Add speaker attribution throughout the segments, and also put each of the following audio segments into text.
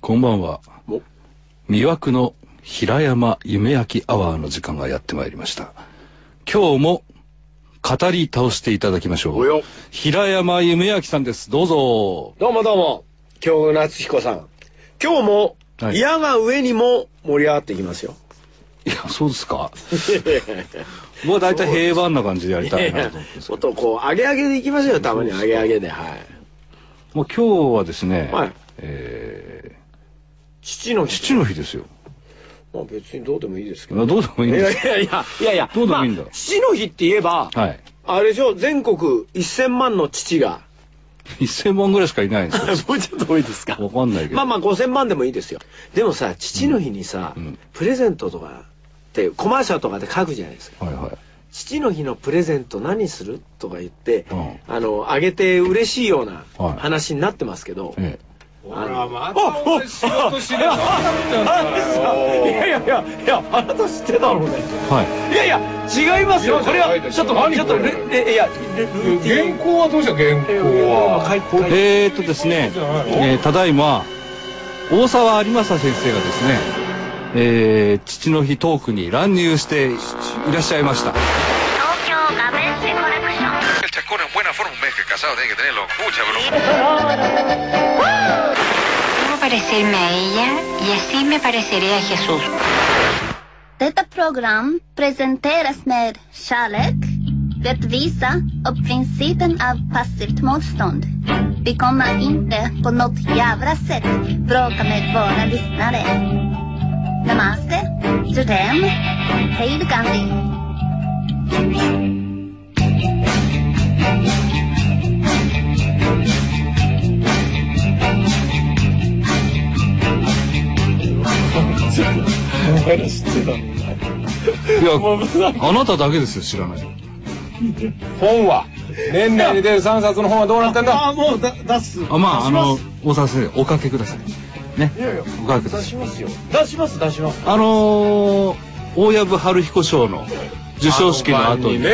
Speaker 1: こんばんは。
Speaker 2: お
Speaker 1: 魅惑の平山夢明アワーの時間がやってまいりました。今日も語り倒していただきましょ
Speaker 2: お
Speaker 1: う。
Speaker 2: よ。
Speaker 1: 平山夢明さんです。どうぞ。
Speaker 2: どうもどうも、京極夏彦さん。今日も、
Speaker 1: はい
Speaker 2: 矢が上にも盛り上がっていきますよ。
Speaker 1: いや、そうです か。もう大体平凡な感じでやりたいなと思ってますけど。
Speaker 2: 音こう、上げ上げでいきますよ、たまに上げ上げで。はい。
Speaker 1: もう今日はですね、
Speaker 2: はい
Speaker 1: え
Speaker 2: 父の
Speaker 1: ー、父の日ですよ。
Speaker 2: まあ別にどうでもいいですけど。
Speaker 1: どうでもいいん
Speaker 2: い
Speaker 1: で
Speaker 2: やい
Speaker 1: すけ
Speaker 2: やいや、いやいや、
Speaker 1: どうでもいいんだ
Speaker 2: まあ父の日って言えば、
Speaker 1: ど。はい。
Speaker 2: あれでしょ、全国1000万の父が。
Speaker 1: 1000万ぐらいしかいないんですよ。
Speaker 2: もうちょっと多いですか
Speaker 1: わかんないけど
Speaker 2: まあまあ5000万でもいいですよ。でもさ、父の日にさ、
Speaker 1: うんうん
Speaker 2: プレゼントとかって、コマーシャルとかで書くじゃないですか。
Speaker 1: はいはい。
Speaker 2: 父の日のプレゼント何するとか言って、
Speaker 1: うん
Speaker 2: あの、あげて嬉しいような
Speaker 1: はい
Speaker 2: 話になってますけど、
Speaker 1: え
Speaker 3: ほら、またお前仕事しなかったんだよ。
Speaker 2: いやいやいや、いや、あなた知ってたろうね。
Speaker 1: えはい。
Speaker 2: いやいや、違いますよ。
Speaker 3: いや
Speaker 2: これ
Speaker 3: じゃあ書、
Speaker 2: はい
Speaker 3: て
Speaker 2: ちょっと、
Speaker 3: 何
Speaker 2: ちょっと、
Speaker 3: これ
Speaker 2: ルルいや、ルルーティ
Speaker 3: 原
Speaker 2: ン。
Speaker 3: 稿はどうした原稿は。
Speaker 2: 書いて書いて
Speaker 1: えー、っとですね、えーただいま、大沢有正先生がですね、えー、父の日トークに乱入していらっしゃいました。
Speaker 4: 東京ガベッセコレクション
Speaker 5: El chacón en buena forma, un mes que casado tiene que tenerlo. Mucha broma.
Speaker 4: Debo parecerme a ella y así me pareceré a Jesús.
Speaker 6: Detta program presenteras med kärlek, rättvisa och principen av passivt motstånd. Vi kommer inte på något jävla sätt bråka med våra lyssnare. Namaste, Jodem, Hej då, Gandhi.
Speaker 1: いや、あなただけですよ、知らないの。
Speaker 3: 本は。年内に出る3冊の本はどうなったんだ
Speaker 7: あ、もうだ出す。
Speaker 1: あ、まあ、あの、大沢先生、おかけください。ね。おかけくだ
Speaker 7: 出
Speaker 1: さい。
Speaker 7: しますよ。出します、出します。
Speaker 1: あのー、大藪春彦賞の授賞式の後にね、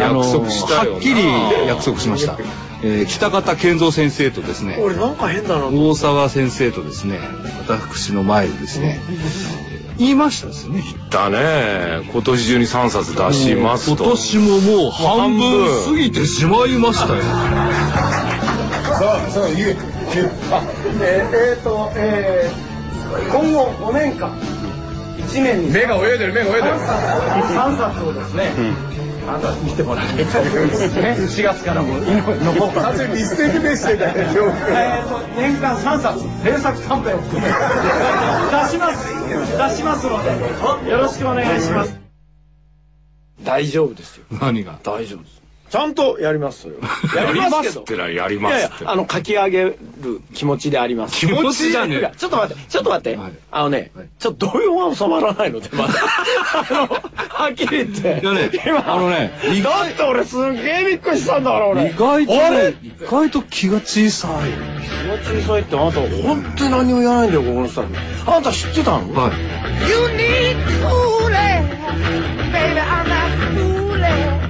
Speaker 3: あの晩に
Speaker 1: ー
Speaker 3: ね約束したよな
Speaker 1: はっきり約束しました。えー北方健三先生とですね、
Speaker 7: 俺なんか変だな。
Speaker 1: 大沢先生とですね、私の前でですね、言いましたですね。
Speaker 3: だね。今年中に3冊出します
Speaker 1: 今
Speaker 3: と。
Speaker 1: 年ももう半
Speaker 3: もう半
Speaker 1: 分
Speaker 3: 分
Speaker 1: 過ぎてしまいました
Speaker 7: え
Speaker 1: よ。
Speaker 7: っ、ー、と、えー、今後5年間、1年に
Speaker 3: 目が泳いでる、目が泳いでる。
Speaker 7: 3冊をですね、あんた見てもらいたいと思いますね。4月からも、の方から。完全に一石でしてたね、えっと、年間3冊、連作短編を含め、出します。出しますので、よろしくお願いします。
Speaker 2: 大丈夫ですよ。
Speaker 1: 何が。
Speaker 2: 大丈夫です。ちゃんとやりますそれは
Speaker 3: や
Speaker 2: や
Speaker 3: り
Speaker 2: り
Speaker 3: ま
Speaker 2: ますす
Speaker 3: っ
Speaker 2: け
Speaker 3: て
Speaker 2: ど。
Speaker 3: な、やり
Speaker 2: い
Speaker 3: ます
Speaker 2: やい
Speaker 3: っ
Speaker 2: や
Speaker 3: て、。
Speaker 2: あの、書き上げる気持ちであります。
Speaker 1: 気持ちじゃね
Speaker 2: い
Speaker 1: え
Speaker 2: や。ちょっと待って、ちょっと待って。
Speaker 1: はい
Speaker 2: あのね、
Speaker 1: はい
Speaker 2: ちょっと動揺が収まらないので、 まだ。あの、はっきり言って。
Speaker 1: いやね
Speaker 2: 今
Speaker 1: あのね意
Speaker 2: だ
Speaker 1: 外
Speaker 2: って俺すげえびっくりしたんだから、俺。
Speaker 1: 意外と
Speaker 2: あれ
Speaker 1: ね、意外と気が小さい。
Speaker 2: 気が小さいってあなた、本当に何も言わないんだよ、ここのスタッフ。あなた知ってたの
Speaker 1: はい。
Speaker 8: You need fooling, baby. I'm not fooling.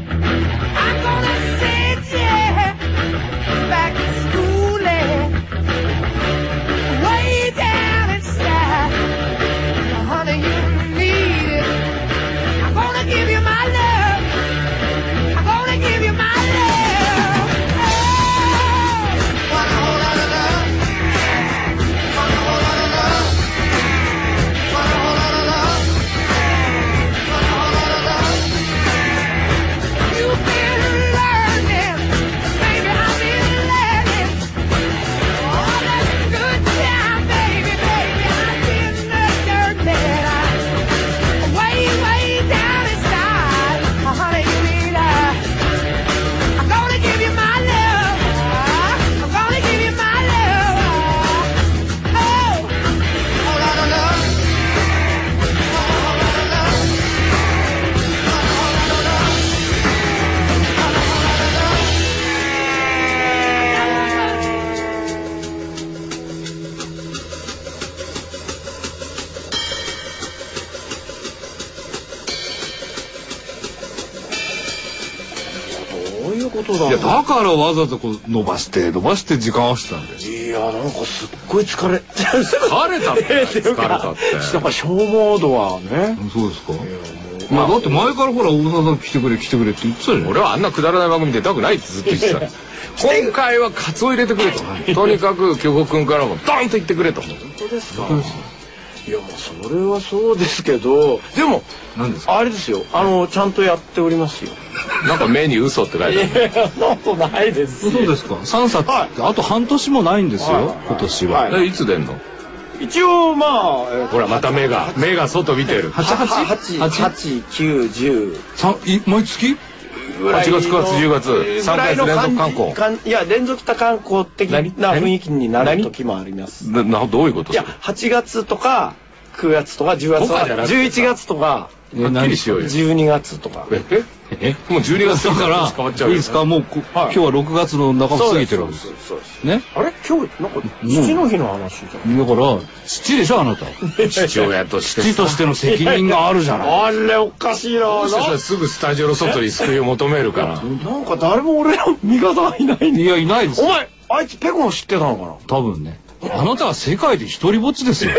Speaker 8: I'm gonna send you back to schooling, way down inside. Honey, you need it. I'm gonna give you my love. I'm gonna give you my love. Oh, want a whole lot of love. Want a whole lot of love. Oh,
Speaker 2: ことだ
Speaker 1: いやだからわざとこう伸ばして伸ばして時間合わせてたんです
Speaker 2: いやなんかすっごい疲れ 疲
Speaker 1: れたって疲れたって
Speaker 2: やっぱ消耗度はね
Speaker 1: そうですかまあだって前からほら大沢さん来てくれ来てくれって言ってたじゃん
Speaker 3: 俺はあんなくだらない番組出たくないってずっと言ってたんです今回はカツを入れてくれととにかく巨子くんからもドンと言ってくれと
Speaker 2: 本当ですかいやもうそれはそうですけどでも
Speaker 1: 何ですか
Speaker 2: あれですよあのちゃんとやっておりますよ
Speaker 3: なんか目に嘘って書いてある
Speaker 2: や そんなことないです
Speaker 1: そうですか3冊ってあと半年もないんですよ今年は
Speaker 3: えいつ出んの
Speaker 2: 一応まあ、えー
Speaker 3: ほらまた目が目が外見てる
Speaker 2: 8 8 8 9 1
Speaker 1: さんい毎月
Speaker 2: ぐらいの
Speaker 3: 8月9月10月3ヶ月連続観光
Speaker 2: ぐらいの感じいや連続多観光的な
Speaker 3: 何何
Speaker 2: 雰囲気になる時もあります
Speaker 3: ななどういうこと
Speaker 2: いや8月とか9月とか10月と
Speaker 3: 僕
Speaker 2: から
Speaker 3: じゃなくて
Speaker 2: 11月とか
Speaker 3: はっきりしようよ
Speaker 2: 12月とか
Speaker 3: ええもう12月
Speaker 1: だ
Speaker 3: だ
Speaker 1: か
Speaker 3: から変わっちゃ
Speaker 1: ら
Speaker 3: う
Speaker 1: いい
Speaker 3: よ
Speaker 1: ですかもうこ今日は6月の半ば過ぎてるわけです
Speaker 2: そうです
Speaker 1: ね
Speaker 2: あれ今日なんか父の日の話じゃ
Speaker 1: だから父でしょあなた
Speaker 3: 父親として
Speaker 1: 父としての責任があるじゃない
Speaker 2: んあれおかしいな
Speaker 3: どうしてそれ
Speaker 2: な
Speaker 3: すぐスタジオの外に救いを求めるから
Speaker 2: なんか誰も俺の味方がいない
Speaker 1: い
Speaker 2: ね
Speaker 1: やいないです
Speaker 2: お
Speaker 1: よ
Speaker 2: 前あいつペコン知ってたのかな
Speaker 1: 多分ねあなたは世界で一人ぼっち ですよ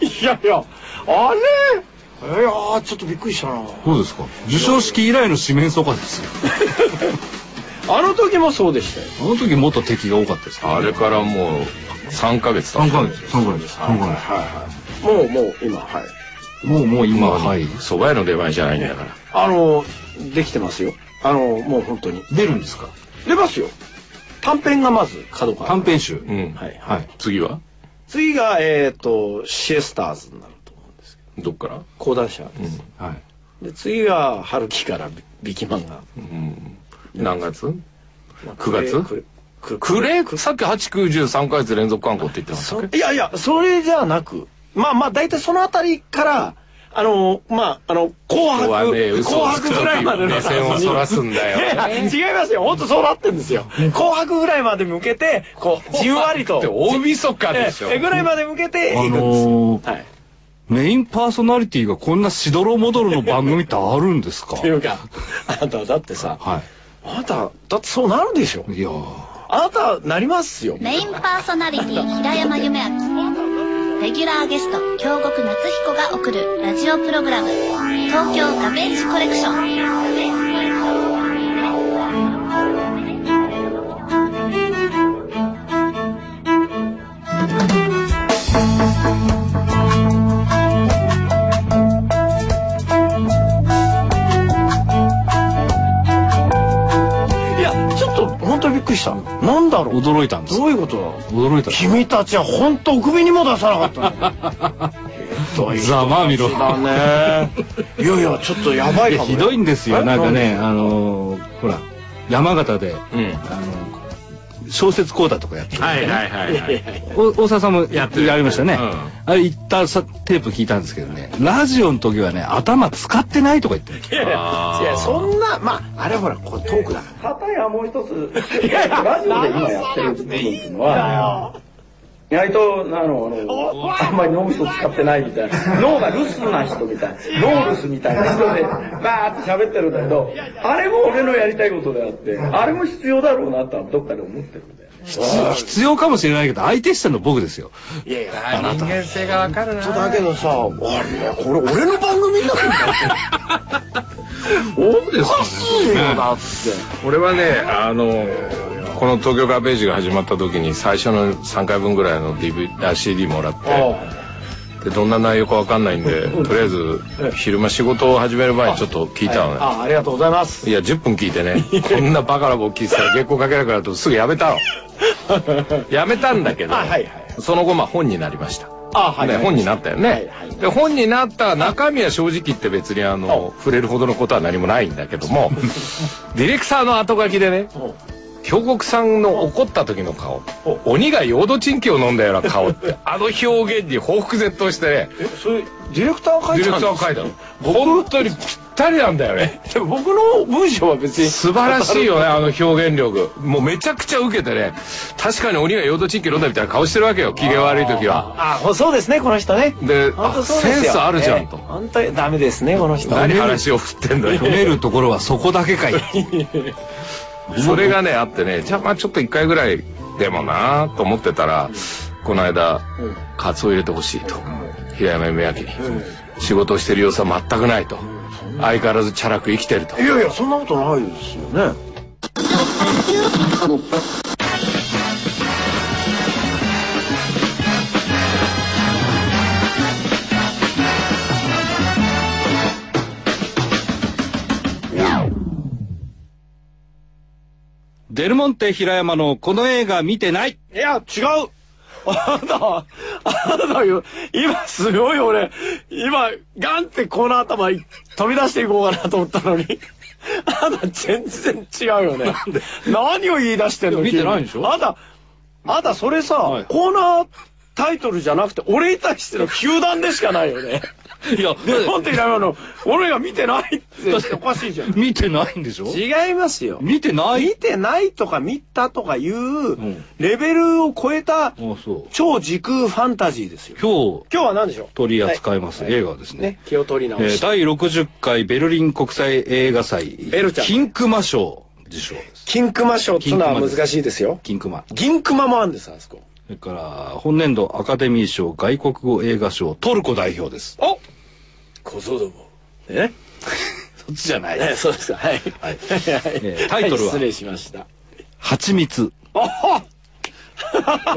Speaker 2: いやいやあれいやーちょっとびっくりしたな
Speaker 1: そうですか授賞式以来の四面楚歌ですよ
Speaker 2: あの時もそうでしたよ。
Speaker 1: あの時もっと敵が多かったですから
Speaker 3: あれからもう3ヶ月経
Speaker 1: 3
Speaker 3: った
Speaker 1: ヶ月3ヶ月三ヶ月
Speaker 2: もうもう今はい。
Speaker 1: もうもう今ははい
Speaker 3: 蕎麦屋の出番じゃないんだから
Speaker 2: あのできてますよ。あのもう本当に
Speaker 1: 出るんですか
Speaker 2: 出ますよ。短編がまず角川。
Speaker 1: 短編集
Speaker 3: うん
Speaker 2: はいは。
Speaker 1: はいい
Speaker 3: 次は
Speaker 2: 次がえっ、とシエスターズになると思うんですけど。
Speaker 3: どっから
Speaker 2: 講談社です。
Speaker 1: はい
Speaker 2: で次が春樹からビビキマンが。
Speaker 3: うん何月
Speaker 2: 九
Speaker 3: 九月
Speaker 2: くれくれ
Speaker 3: クレーさっき8913ヶ月連続観光って言ってましたっ
Speaker 2: そ
Speaker 3: け
Speaker 2: いやいやそれじゃなくまあまあ大体そのあたりからあのまああの紅
Speaker 3: ここは
Speaker 2: 白、
Speaker 3: ね嘘を
Speaker 2: 紅
Speaker 3: つく
Speaker 2: 白ぐらいまでの
Speaker 3: 目線をそらすんだよ
Speaker 2: いや違いますよ本当そうなってんですよ紅白ぐらいまで向けてこうじんわりと
Speaker 3: って大晦日でしょ
Speaker 2: ええぐらいまで向けていく
Speaker 1: あ
Speaker 2: んです、
Speaker 1: のー
Speaker 2: はい
Speaker 1: メインパーソナリティがこんなしどろもどろの番組ってあるんですか
Speaker 2: っていうかあなただってさ
Speaker 1: は
Speaker 2: あなただってそうなるでしょ
Speaker 1: いいやー
Speaker 2: あなたなりますよ
Speaker 6: メインパーソナリティ平山夢明レギュラーゲスト京極夏彦が送るラジオプログラム「東京ガベージコレクション」
Speaker 2: いやちょっと本当にびっくりしたなんだろう
Speaker 1: 驚いたんです
Speaker 2: どういうことだろう
Speaker 1: 驚いた
Speaker 2: 君たちは本当お首にも出さなかった ね
Speaker 1: ざまあみろ
Speaker 2: だねいやいやちょっとやばいかもね
Speaker 1: ひどいんですよ
Speaker 2: え
Speaker 1: なんかねあのーほら山形で
Speaker 3: う
Speaker 1: あ
Speaker 3: ん
Speaker 1: の小説講座とかやってる
Speaker 3: はいはいはいはい
Speaker 1: お大沢さんもやって
Speaker 3: る
Speaker 1: やりましたね、
Speaker 3: うん
Speaker 1: あれ行ったさテープ聞いたんですけどねラジオの時はね頭使ってないとか言ってる
Speaker 2: いやいやいやそんなまああれほらこれトークだから片やもう一ついやいやラジオで今やってるっていうのは意外とあのあんまり脳みそ使ってないみたいな脳が留守な人みたいなノールスみたいな人でバーって喋ってるんだけどあれも俺のやりたいことであってあれも必要だろうなとはどっかで思ってるんだよね
Speaker 1: 必要かもしれないけど相手したの僕ですよ
Speaker 2: いやいや
Speaker 1: あなた
Speaker 3: 性がわかるな
Speaker 2: そうだけどさ、あれ、これ俺の番組になるんだって。おかしいよだって。
Speaker 3: 俺はねあのこの東京ガベージが始まった時に最初の3回分ぐらいの DV あ CD もらってでどんな内容かわかんないんでとりあえず昼間仕事を始める前にちょっと聞いたのね
Speaker 2: あ、ありがとうございます。
Speaker 3: いや10分聞いてねこんなバカな僕聞いてたら月光かけなくなるとすぐやめたのやめたんだけど
Speaker 2: あ はいはい
Speaker 3: その後まあ本になりました
Speaker 2: あ、はい、
Speaker 3: ね、本になったよね、
Speaker 2: はいはい
Speaker 3: で本になった中身は正直言って別にあの触れるほどのことは何もないんだけ どもディレクターの後書きでね
Speaker 2: お
Speaker 3: 京極さんの怒った時の顔
Speaker 2: お
Speaker 3: 鬼がヨードチンキを飲んだような顔って あの表現に報復絶倒してね
Speaker 2: え、それ、ディレクターが
Speaker 3: デ
Speaker 2: 書い
Speaker 3: ィレ
Speaker 2: て
Speaker 3: クターが書いたの本当にぴったりなんだよね
Speaker 2: でも僕の文章は別に。
Speaker 3: 素晴らしいよねあの表現力もうめちゃくちゃ受けてね確かに鬼がヨードチンキを飲んだみたいな顔してるわけよ機嫌悪い時は
Speaker 2: あ、ほそうですね、この人ね。
Speaker 3: で
Speaker 2: 本当
Speaker 3: あ
Speaker 2: そうです
Speaker 3: セ
Speaker 2: よ
Speaker 3: ンスあるじゃんと
Speaker 2: ええ本当にダメですね、この人。
Speaker 3: 何話を振ってんだよ
Speaker 1: 褒めるところはそこだけかい
Speaker 3: それがね、あってね、じゃあまあちょっと一回ぐらいでもなと思ってたら、この間、カツオ入れてほしいと。平山夢明に。仕事をしてる様子は全くないと。相変わらずチャラく生きてると。
Speaker 2: いやいや、そんなことないですよね。
Speaker 1: デルモンテ平山のこの映画見てない
Speaker 2: いや、違うあなた、あなたよ、今すごい俺、今、ガンってこの頭い飛び出していこうかなと思ったのに。あなた全然違うよね。
Speaker 1: んで
Speaker 2: 何を言い出してんの
Speaker 1: いや見てないでし
Speaker 2: 急
Speaker 1: ょ
Speaker 2: にあなた、あなたそれさ、
Speaker 1: はい
Speaker 2: コーナータイトルじゃなくて、俺に対しての球団でしかないよね。
Speaker 1: いや、
Speaker 2: で、 本当にダメなの、俺が見てないっておかしいじゃん。
Speaker 1: 見てないんでしょ
Speaker 2: 違いますよ。
Speaker 1: 見てない
Speaker 2: 見てないとか見たとかいうんレベルを超えた
Speaker 1: あそう。
Speaker 2: 超時空ファンタジーですよ。
Speaker 1: 今日
Speaker 2: 今日は何でしょ
Speaker 1: 取り扱います、
Speaker 2: はい
Speaker 1: 映画はです
Speaker 2: う
Speaker 1: ね。
Speaker 2: ね、気を取り
Speaker 1: え
Speaker 2: 直
Speaker 1: ー
Speaker 2: して。
Speaker 1: 第60回ベルリン国際映画祭、
Speaker 2: ベルちゃん
Speaker 1: 金熊賞受賞です。
Speaker 2: 金熊賞ってのは難しいですよ。
Speaker 1: 金熊。そ
Speaker 2: 銀熊もあるんです、あそこ。
Speaker 1: れから、本年度アカデミー賞外国語映画賞トルコ代表です。
Speaker 2: お小僧ども。え
Speaker 1: そっちじゃない。
Speaker 2: えそうですか、はい。
Speaker 1: はい
Speaker 2: はい
Speaker 1: えタイトルは
Speaker 2: 失礼しました。
Speaker 1: 蜂蜜。
Speaker 2: おほ。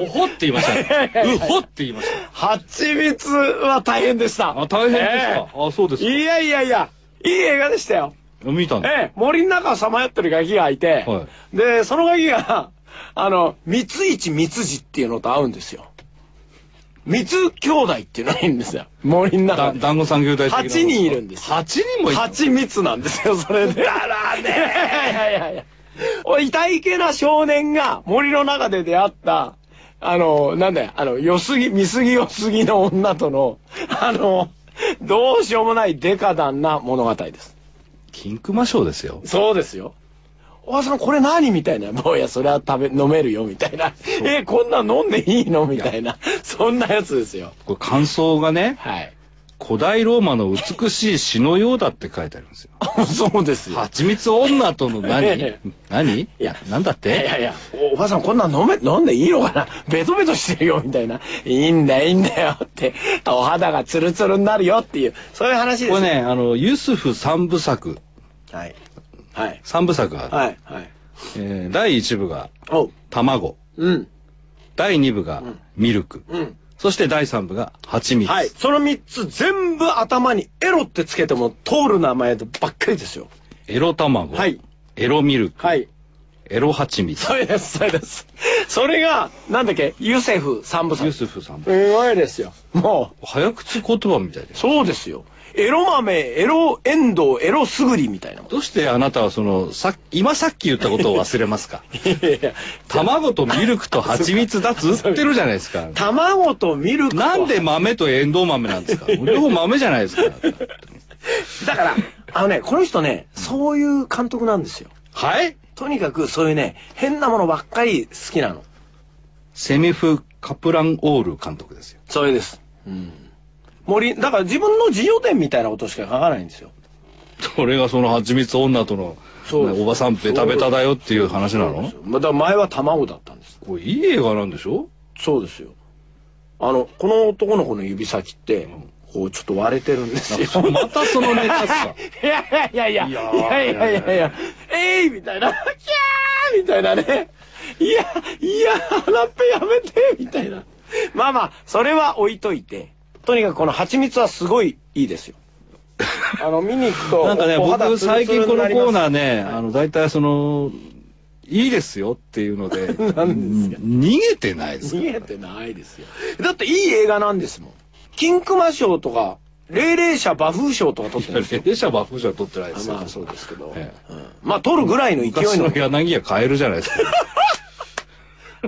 Speaker 1: おほって言いましたねうほって言いました。
Speaker 2: 蜂蜜は大変でした。
Speaker 1: あ、大変でした。あ、そうです
Speaker 2: ええい
Speaker 1: か。
Speaker 2: やいやいや、いい映画でしたよ。
Speaker 1: 見たんだ。
Speaker 2: ええ、森の中をさまよってるガキがいて、
Speaker 1: は
Speaker 2: で、そのガキが、 あの、三一三次っていうのと合うんですよ。三つ兄弟っていうのがいるんですよ。森の中
Speaker 1: だ
Speaker 2: で。
Speaker 1: 団子産業大
Speaker 2: 8人いるんですよ。
Speaker 1: 8人もいる
Speaker 2: 八密なんですよ、それで。だらねいやいやいや。 おい、痛いけな少年が森の中で出会った、あの、なんだよ、あの、よすぎ、見すぎよすぎの女との、 あの、どうしようもないデカダンな物語です。
Speaker 1: 金熊賞ですよ。
Speaker 2: そうですよ。おばさん、これ何みたいな。もういや、それは食べ、飲めるよ、みたいな。え、こんなん飲んでいいのみたいな。そんなやつですよ。
Speaker 1: これ感想がね、
Speaker 2: はい。
Speaker 1: 古代ローマの美しい詩のようだって書いてありますよ。
Speaker 2: そうですよ。
Speaker 1: 蜂蜜女との何
Speaker 2: え
Speaker 1: 何い
Speaker 2: や
Speaker 1: や、なんだっ
Speaker 2: いや
Speaker 1: て
Speaker 2: いや、おおばさんこんなん飲め、飲んでいいのかなベトベトしてるよ、みたいな。いいんだよ、いいんだよって。お肌がツルツルになるよっていう、そういう話です。
Speaker 1: これ。ね、あの、ユスフ三部作、
Speaker 2: はい。はい。
Speaker 1: 三部作がある。
Speaker 2: はい。はい。
Speaker 1: えー第1部が
Speaker 2: おう。
Speaker 1: 卵、
Speaker 2: うん。
Speaker 1: 第2部が
Speaker 2: うん
Speaker 1: ミルク、
Speaker 2: うん。
Speaker 1: そして第3部が蜂蜜。
Speaker 2: はい。その3つ全部頭にエロってつけても通る名前ばっかりですよ。
Speaker 1: エロ卵、
Speaker 2: はい。
Speaker 1: エロミルク、
Speaker 2: はい。
Speaker 1: エロ蜂蜜
Speaker 2: そ。れです、それです。それが、なんだっけ、ユセフ三部作。
Speaker 1: ユスフ三部。
Speaker 2: すごいですよ。も
Speaker 1: 早口言葉みたいで
Speaker 2: う、
Speaker 1: す。
Speaker 2: そうですよ。エロ豆、エロエンドウ、エロすぐりみたいなもん。
Speaker 1: どうしてあなたはその、さ今さっき言ったことを忘れます か
Speaker 2: いやいや
Speaker 1: 卵とミルクと蜂蜜だっつってるじゃないですか。
Speaker 2: 卵とミルクと
Speaker 1: なんで豆とエンドウ豆なんですか両方豆じゃないですか。
Speaker 2: だからあのねこの人ねそういう監督なんですよ
Speaker 1: はい
Speaker 2: とにかくそういうね変なものばっかり好きなの
Speaker 1: セミフ・カプランオール監督ですよ。
Speaker 2: それですうん森だから自分の自由点みたいなことしか書かないんですよ
Speaker 1: それがその蜂蜜女との、
Speaker 2: そうです
Speaker 1: ねおばさんベタベタだよっていう話なの
Speaker 2: まだ前は卵だったんです
Speaker 1: これいい映画なんでしょ
Speaker 2: そうですよあのこの男の子の指先ってこうちょっと割れてるんですよ
Speaker 1: なんかまたそのネタっすか
Speaker 2: いやいやいやいやいやいやいやいやいやえいみたいなキャーみたいなねいやいやラップやめてみたいなまあまあそれは置いといてとにかくこの蜂蜜はすごいいいですよ あの見に行くと
Speaker 1: なんかね、
Speaker 2: お肌
Speaker 1: 僕
Speaker 2: ツル
Speaker 1: 最
Speaker 2: ツル
Speaker 1: 近こ
Speaker 2: に
Speaker 1: の
Speaker 2: なります
Speaker 1: コーナーね、あの、大体その、いいですよっていうので、
Speaker 2: なんですか
Speaker 1: 逃げてないですか
Speaker 2: 逃げてないですよだっていい映画なんですもん金熊賞とか霊霊社馬風賞とか取ってるんですよ
Speaker 1: 列車バフじゃ取ってないですよ。
Speaker 2: まあそうですけど、
Speaker 1: え
Speaker 2: うんまあ取るぐらいの勢い
Speaker 1: 昔
Speaker 2: の
Speaker 1: の柳家カエルじゃないですか。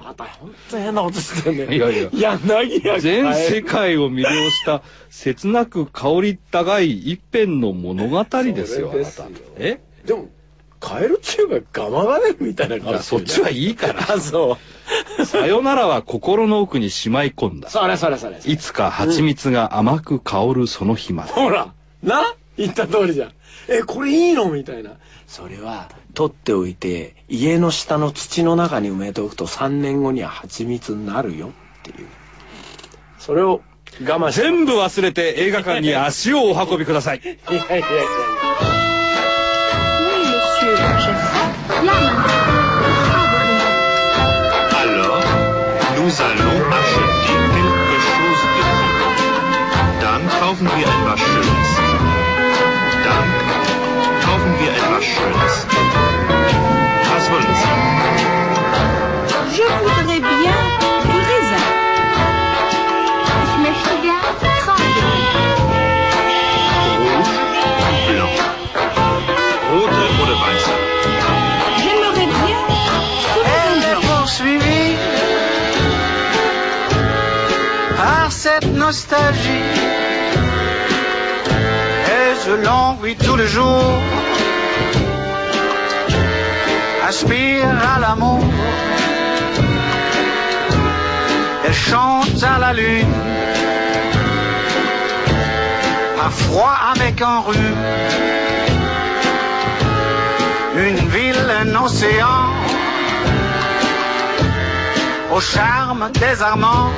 Speaker 2: あんた本当に変なことしてんね。
Speaker 1: いやいや
Speaker 2: 柳家
Speaker 1: 全世界を魅了した切なく香り高い一編の物語ですよ、あ
Speaker 2: それで
Speaker 1: な
Speaker 2: すよ
Speaker 1: た。え
Speaker 2: でも、カエル中がガマガネみたいな
Speaker 1: あ
Speaker 2: 顔して
Speaker 1: そっ
Speaker 2: るじゃ
Speaker 1: ち
Speaker 2: ん
Speaker 1: はいいから。
Speaker 2: あ、 そう。
Speaker 1: さよならは心の奥にしまい込んだ。
Speaker 2: それそれそれ。
Speaker 1: いつか蜂蜜が甘く香るその日まで。
Speaker 2: ほら、な言った通りじゃん。え、これいいのみたいな。それは、取っておいて、家の下の土の中に埋めておくと3年後には蜂蜜になるよっていう。それを我慢して。
Speaker 1: 全部忘れて映画館に足をお運びください。
Speaker 2: いやいやいやいや。
Speaker 9: Alors, nous allons acheter quelque chose de gut. Dann kaufen wir etwas Schönes. Dann kaufen wir etwas Schönes. Was wollen Sie?
Speaker 6: Je voudrais bien du raisin.
Speaker 10: Ich möchte gern Trauben.
Speaker 9: Rouge, blanc. Rote oder weiße?
Speaker 6: J'aimerais bien tous les raisins.
Speaker 11: poursuivi par cette nostalgie. Et je l'envie tous les jours. Aspire à l'amour. Elle chante à la lune. À froid avec un rhume. Une ville, un océan au charme désarmant.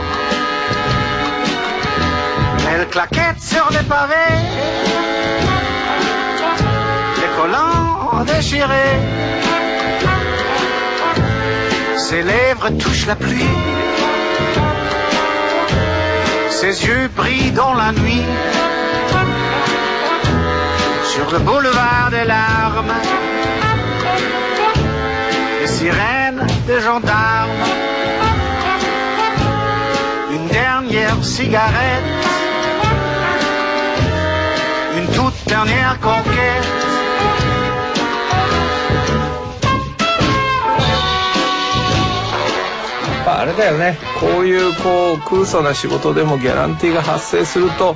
Speaker 11: Elle claquette sur les pavés, les collants déchirés. Ses lèvres touchent la pluie, ses yeux brillent dans la nuit. Sur le boulevard des larmes, les sirènes des gendarmes une dernière cigarette, une toute dernière conquête.
Speaker 3: まああれだよねこういうこう空想な仕事でもギャランティーが発生すると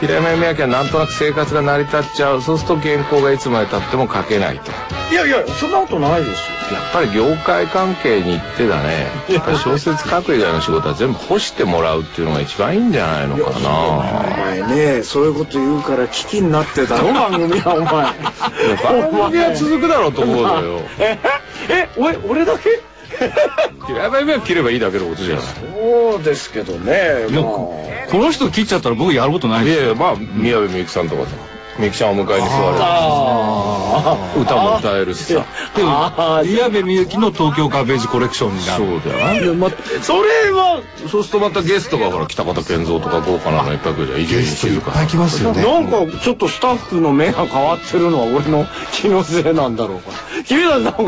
Speaker 3: 平山弓明はなんとなく生活が成り立っちゃうそうすると原稿がいつまでたっても書けないと
Speaker 12: いやいや、そんなことないですよ。
Speaker 3: やっぱり業界関係に行ってだねやっぱり小説書く以外の仕事は全部干してもらうっていうのが一番いいんじゃないのか
Speaker 2: お
Speaker 3: な
Speaker 2: 前ね、そういうこと言うから危機になってたの、番組は、お前。
Speaker 3: 番組は続くだろうと思うのよ
Speaker 2: え、え、俺、俺だけ
Speaker 3: 平山弓明切ればいいだけのことじゃない
Speaker 2: そうですけどね、
Speaker 1: いや
Speaker 2: も
Speaker 1: こ この人切っちゃったら僕やることない
Speaker 3: い
Speaker 1: です
Speaker 3: やい
Speaker 1: よ。
Speaker 3: やまあ宮部みゆきさんとかさみゆきちゃんをお迎えに座
Speaker 2: う。
Speaker 3: れ
Speaker 2: あ
Speaker 3: る歌も歌えるしさ
Speaker 1: でも
Speaker 2: あー
Speaker 1: 宮部みゆきの東京ガベージコレクションにな
Speaker 3: そ
Speaker 1: る。
Speaker 3: うだよ、ね、
Speaker 2: それは、
Speaker 3: そうするとまたゲストがほら北方健三とか豪華なのいっぱい来るじゃん伊集院静香
Speaker 1: いきますよ
Speaker 2: なんかちょっとスタッフの目が変わってるのは俺の気のせいなんだろうか。君らなんか、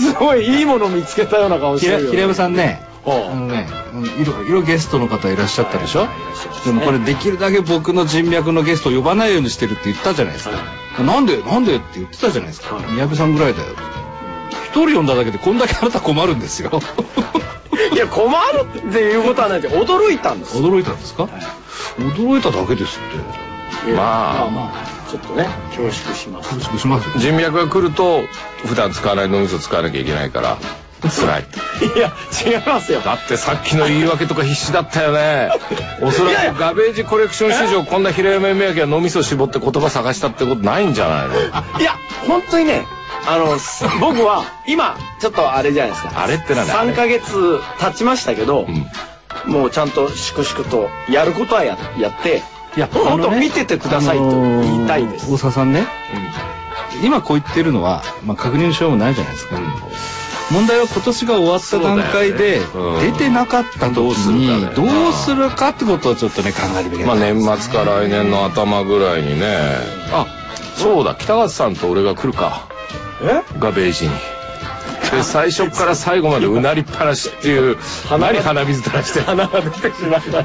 Speaker 2: すごいいいもの見つけたような顔してるよ、ね。
Speaker 1: 平山さんね、あ
Speaker 2: はあ
Speaker 1: のね、うんいろいろゲストの方いらっしゃったでしょでもこれできるだけ僕の人脈のゲストを呼ばないようにしてるって言ったじゃないですか。なんで、なんでって言ってたじゃないですか。宮部さんぐらいだよ。一人呼んだだけでこんだけあなた困るんですよ。
Speaker 2: いや、困るっていうことはないです驚いたんですよ。
Speaker 1: 驚いたんですか驚いただけですって。
Speaker 3: まあ
Speaker 2: まあ、ちょっとね、恐縮します。
Speaker 1: 恐縮しますよ。
Speaker 3: 人脈が来ると普段使わない脳みそ使わなきゃいけないから辛い
Speaker 2: いや、違いますよ。
Speaker 3: だってさっきの言い訳とか必死だったよ ねおそらくガベージコレクション史上こんな平山弓明が脳みそ絞って言葉探したってことないんじゃないの
Speaker 2: いや、本当にね、あの、す僕は、今、ちょっとあれじゃないですか。
Speaker 3: あれってなんだあれ
Speaker 2: ?3 ヶ月経ちましたけど、
Speaker 3: うん
Speaker 2: もうちゃんと粛々と、やることはややって、
Speaker 1: いや
Speaker 2: もっと見ててくださいと言いたいです
Speaker 1: あのー大沢さんね、今こう言ってるのは、まあ、確認しようもないじゃないですか、問題は今年が終わった段階で、
Speaker 3: そうだよねうん
Speaker 1: 出てなかった時にど
Speaker 3: ど
Speaker 1: う
Speaker 3: うするかだよな
Speaker 1: するかってことをちょっとね考えるべきだ
Speaker 3: ま
Speaker 1: と
Speaker 3: あ
Speaker 1: 思い
Speaker 3: 年
Speaker 1: す
Speaker 3: 末か来年の頭ぐらいにねあそうだ北勝さんと俺が来るか
Speaker 2: え
Speaker 3: ガベージにで最初から最後までうなりっぱなしっていう何鼻水垂らして
Speaker 2: 鼻が出てしまいました。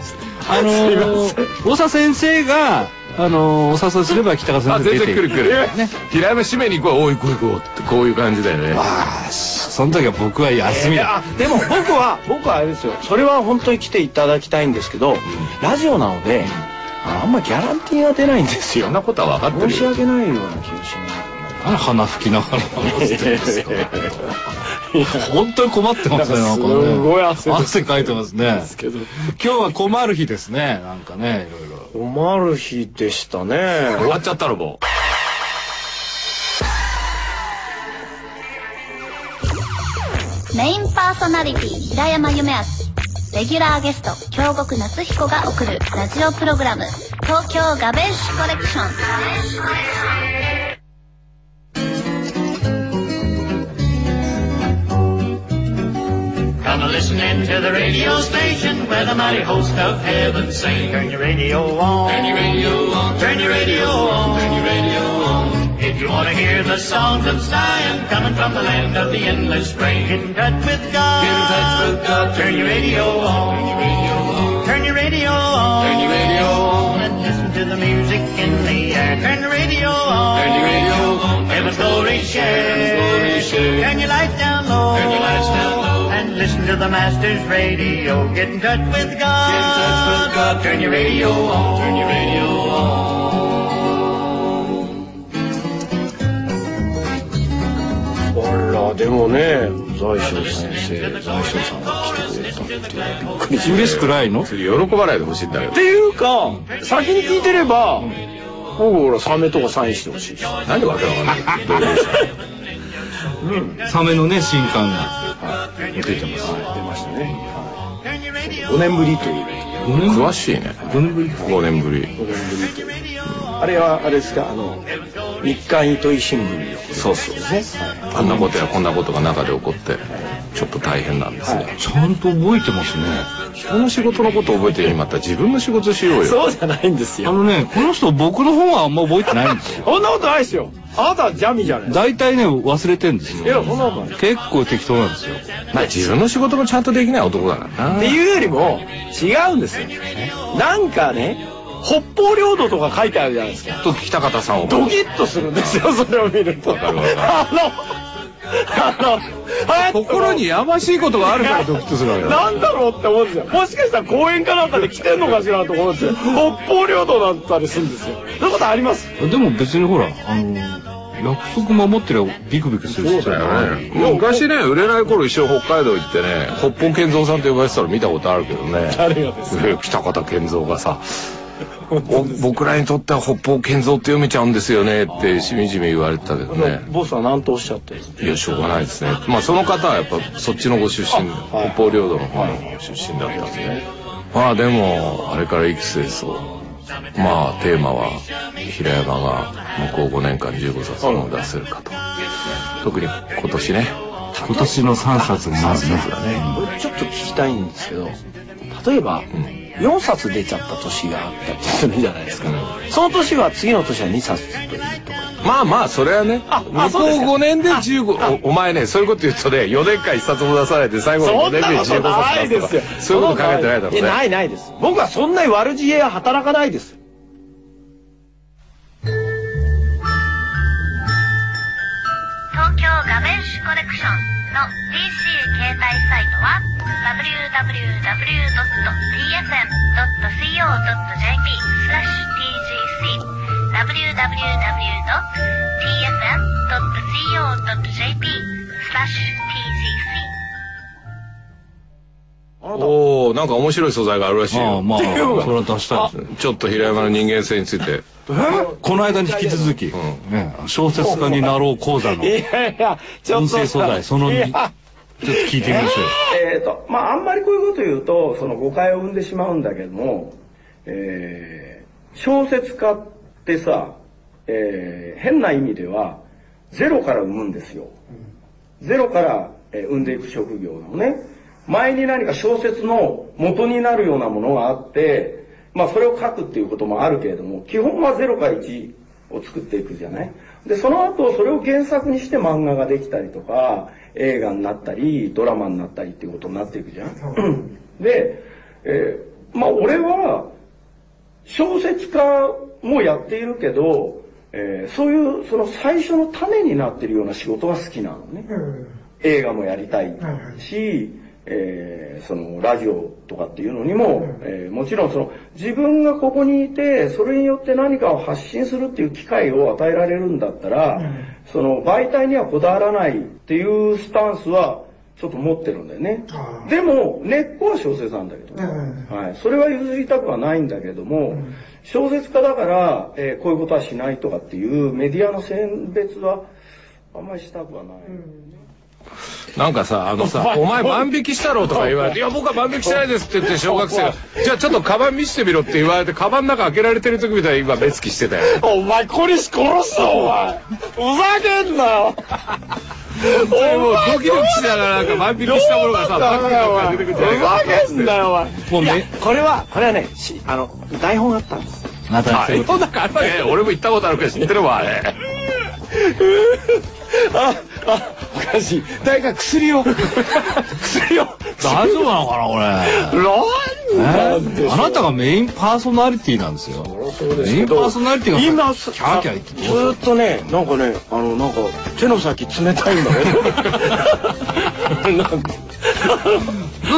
Speaker 1: あの
Speaker 2: すいません。
Speaker 1: ー、大沢先生が、あのー、お誘いすれば北川
Speaker 3: あ
Speaker 1: 先生
Speaker 3: 全
Speaker 1: 出て
Speaker 3: 然来る来る、
Speaker 1: ね
Speaker 3: 平山締めに行こうおい行こう行こうってこういう感じだよね
Speaker 1: ああその時は僕は休み
Speaker 2: い
Speaker 1: だ
Speaker 2: や、でも僕は、僕はあれですよ。それは本当に来ていただきたいんですけど、ラジオなので、ああんまギャランティーが出ないんです
Speaker 3: そんな
Speaker 2: よ。
Speaker 3: ことは分かっ
Speaker 2: 申
Speaker 3: て
Speaker 2: し
Speaker 3: るよ
Speaker 2: 訳ないような気がします。
Speaker 1: あの鼻吹きな がら話してるんですよ本当に困ってますねなんかね
Speaker 2: なんかすごい汗です
Speaker 1: 汗かいてますね
Speaker 2: けど。
Speaker 1: 今日は困る日ですねなんかねいろいろ
Speaker 2: 困る日でしたね。
Speaker 3: 終わっちゃったろもう
Speaker 6: メインパーソナリティ平山夢明レギュラーゲスト京極夏彦が送るラジオプログラム「東京ガベッシュコレクション」
Speaker 11: Come a listening to the radio station where the mighty host of heaven sing. Turn your radio on. Turn your radio on. Turn your radio on. Turn your radio on. If you want to hear the songs of Zion coming from the land of the endless spring, get in touch with God. Get in touch with God. Turn your radio on. Turn your radio on. Turn your radio on. And listen to the music in the air. Turn the radio on. Turn your radio on. Heaven's glory share. Turn your lights down low. Turn your lights down low. And listen to the Master's radio. Get in touch with God. Get in touch with God. Turn your radio on. Turn your radio
Speaker 2: あらでもね財生先生財生さんが来てくれたっていう嬉しくないの喜ばないでほしいんだけどっていうか先に聞いてれば僕ほらサメとかサインしてほしいし何でわけわかんない
Speaker 1: サメのね、新刊が。
Speaker 2: 出てます出ましたね
Speaker 1: 5年ぶりという。
Speaker 3: 詳しいね5年ぶり5年ぶり
Speaker 2: あれはあれですかあの日刊糸井新聞の
Speaker 3: そうそうあんなことやこんなことが中で起こってちょっと大変なんですね、ちゃんと覚えてますね人の仕事のこと覚えてる今ったら自分の仕事しようよ
Speaker 2: そうじゃないんですよ
Speaker 1: あのね、この人僕の本はあんま覚えてないんですよ。
Speaker 2: そんなことないですよあなたはジャミじゃない
Speaker 1: 大体ね、忘れてんですよ。
Speaker 2: いやそんなことない
Speaker 1: 結構適当なんですよ。
Speaker 3: まあ自分の仕事もちゃんとできない男だからな
Speaker 2: っていうよりも違うんですよなんかね北方領土とか書いてあるじゃないですか
Speaker 3: と北方さんを
Speaker 2: ドキッとするんですよそれを見ると
Speaker 3: かるわかる
Speaker 2: あのあのあれ
Speaker 1: 心にやましいことがあるからドキッとするわけだ。
Speaker 2: なんだろうって思うんですよもしかしたら公園かなんかで来てんのかしらと思うんですよ北方領土だったりするんですよそんなことあります
Speaker 1: でも別にほら、あの、約束守ってりゃビクビクする必要ない。
Speaker 3: 昔ね売れない頃一生北海道行ってね北方健三さんって呼ばれてたの見たことあるけどね
Speaker 2: 誰がですか
Speaker 3: えー北方健三がさお僕らにとっては北方健三って読めちゃうんですよねってしみじみ言われてたけどね
Speaker 2: ボスは何とおっしゃってる
Speaker 3: いやしょうがないですねまあその方はやっぱそっちのご出身
Speaker 2: はい
Speaker 3: 北方領土の方の出身だったんでねまあでもあれからいくつですまあテーマは平山が向こう5年間15冊本を出せるかと特に今年ね
Speaker 1: 今年の3冊になります
Speaker 2: だねこれちょっと聞きたいんですけど例えば、4冊出ちゃった年があったりするじゃないですか、その年は次の年は2冊という
Speaker 3: まあまあそれはね
Speaker 2: あ
Speaker 3: 向こう
Speaker 2: あそうですか
Speaker 3: 5年で15おお前ねそういうこと言うとね4年間1冊も出さないで最後の5年で15冊出すとかそういうこと考えてないだろうね
Speaker 2: やないないです僕はそんなに悪知恵は働かないです
Speaker 6: 東京ガベッシュコレクションの DC 携帯サイトは www.tsm.co.jp スラッシュ tgc www.tsm.co.jp スラッシュ tgc
Speaker 3: おおなんか面白い素材があるらしい
Speaker 1: まあ
Speaker 3: よ
Speaker 1: ま あ、それは出したいですね。
Speaker 3: ちょっと平山の人間性について
Speaker 1: この間に引き続き、ね、小説家になろう講座の
Speaker 2: いやいやちょっと
Speaker 1: 音声素材その
Speaker 2: いや
Speaker 1: ちょっと聞いてみましょうよ。
Speaker 13: えーと、まああんまりこういうこと言うと、その誤解を生んでしまうんだけども、えー小説家ってさ、えー変な意味では、ゼロから生むんですよ。ゼロから、えー生んでいく職業なのね。前に何か小説の元になるようなものがあって、まあそれを書くっていうこともあるけれども、基本はゼロから1を作っていくじゃないで、その後それを原作にして漫画ができたりとか、映画になったり、ドラマになったりっていうことになっていくじゃん。で、えーまあ俺は小説家もやっているけど、えーそういうその最初の種になってるような仕事が好きなのね。映画もやりたいし、えーそのラジオとかっていうのにも、えーもちろんその自分がここにいてそれによって何かを発信するっていう機会を与えられるんだったら、その媒体にはこだわらないっていうスタンスはちょっと持ってるんだよね。でも根っこは小説なんだけど、はい、それは譲りたくはないんだけども、小説家だから、えーこういうことはしないとかっていうメディアの選別はあんまりしたくはない。
Speaker 3: なんかさ、あ のさ、お前万引きしたろうとか言われて、いや、僕は万引きしてないですって言って、小学生が、じゃあちょっとカバン見せてみろって言われて、カバンの中開けられてる時みたいに 今目つきしてたよ。
Speaker 2: お前、コリシ殺すぞ、お前。ふざけんなよ。
Speaker 3: それもうドキドキしながらなんか万引きしたものがさ、バッグとか出てくるんじゃないか
Speaker 2: ふざけんなよ、お前。
Speaker 3: もうめ
Speaker 2: いやこれは、これはね、しあの、台本あったんです。
Speaker 1: また
Speaker 3: あれ、そんなかね、俺も行ったことあるから知ってるわ、あれ。
Speaker 2: あ、あ、おかしい。誰か薬を、薬を。
Speaker 1: 大丈夫なのかな、これ。
Speaker 2: なん
Speaker 1: え
Speaker 2: で
Speaker 1: ーあなたがメインパーソナリティなんですよ。メインパーソナリティが
Speaker 2: 今
Speaker 1: キ
Speaker 2: す
Speaker 1: ャーキャー言って
Speaker 2: ずーっとねなんかねあのなんか手の先冷たいんだねなんか
Speaker 1: どう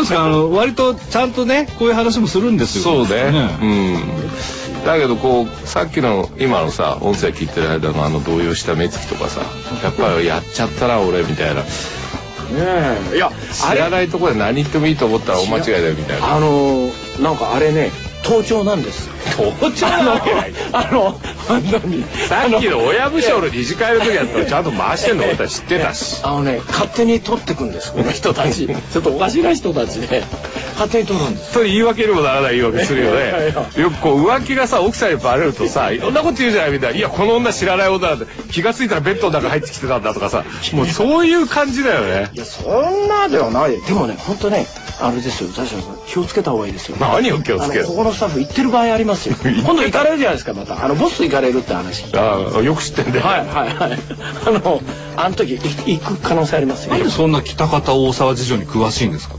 Speaker 1: ですかあの割とちゃんとねこういう話もするんですよ。
Speaker 3: そうね。うん。だけどこう、さっきの今のさ、音声聞いてる間のあの動揺した目つきとかさ、やっぱりやっちゃったな、俺、みたいな。
Speaker 2: ねえいやあ
Speaker 3: 知
Speaker 2: れ
Speaker 3: らないところで何言ってもいいと思ったら大間違いだよ、みたいな。
Speaker 2: あのーなんかあれね盗聴なんです
Speaker 3: 盗聴なわけない。
Speaker 2: あの本当に
Speaker 3: さっきの親武将の二次会の時やったらちゃんと回してんの俺たち知ってたし。
Speaker 2: あのね勝手に取ってくんですこの人たち ちょっとおかしな人たちで勝手に取るんです
Speaker 3: それ言い訳にもならない言い訳するよ
Speaker 2: いや
Speaker 3: ね
Speaker 2: いや。
Speaker 3: よくこう浮気がさ、奥さんにバレるとさ、いろんなこと言うじゃないみたいな。いや、この女知らない女だって。気がついたらベッドの中入ってきてたんだとかさ。もうそういう感じだよね。
Speaker 2: いやそんなではないでもね本当ねあれですよ確かに気をつけた方がいいですよ
Speaker 3: 何を気をつけ
Speaker 2: あ
Speaker 3: る
Speaker 2: のここのスタッフ行ってる場合ありますよ今度行かれるじゃないですかまたあのボス行かれるって話
Speaker 3: ああ、よく知ってんだよ。
Speaker 2: はいはいはいあのあの時い行く可能性ありますよ
Speaker 1: なんでそんな北方大沢事情に詳しいんですか。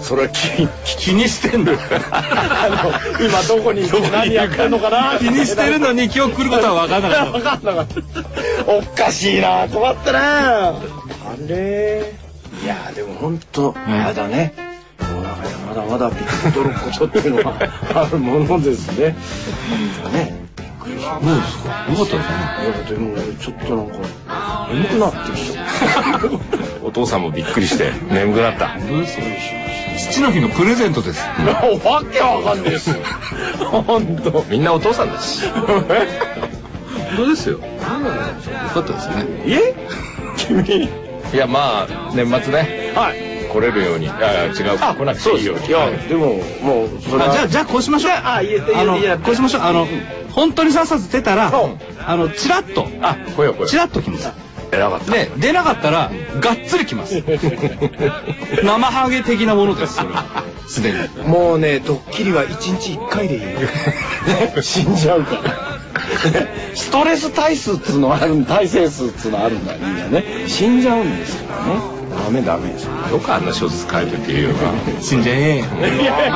Speaker 3: それは気
Speaker 1: 気にしてんの。
Speaker 2: あの今どこにいて何やってんのかな
Speaker 1: 気にしてるのに今日来ることは分からなかった。
Speaker 2: 分かんなかったおかしいな困ったなあれいやでも本当あれだねもうなんかまだまだびっくり驚くことっていうのはあるものですねね
Speaker 1: どうですか。よかったですね。
Speaker 2: いやでもちょっとなんか眠くなってきちゃった
Speaker 3: お父さんもびっくりして、眠くなった。
Speaker 1: 父の日のプレゼントです。
Speaker 2: わけわかんないですよ本当
Speaker 3: みんなお父さんだし。
Speaker 1: 本当ですよ。よかったですね。
Speaker 2: え君
Speaker 3: いや、まあ、年末ね、
Speaker 2: はい
Speaker 3: 来れるように。いやいや、違う。来なくていいように。
Speaker 2: いやでももうそれ
Speaker 1: あじゃ
Speaker 2: は
Speaker 1: あじゃあこうしましょう。あ
Speaker 2: 言えて
Speaker 1: あの
Speaker 2: 言えて言えて
Speaker 1: こうしましょう。あの本当にさっさと出たら
Speaker 2: うん、
Speaker 1: あのチラッと
Speaker 3: あ、来よう来よう。
Speaker 1: チラッと来ます。
Speaker 3: 偉かった。
Speaker 1: で出なかったらがっつり来 ます。生ハゲ的なものです。それ はすでに。
Speaker 2: もうねドッキリは一日一回でいいよ死んじゃうからストレス耐数っつうのある耐性数っつうのあるんだみんなね死んじゃうんですからねダメダメです
Speaker 3: よくあんな小説書いてって言うよな。
Speaker 1: 死んじゃえ。
Speaker 2: いやいや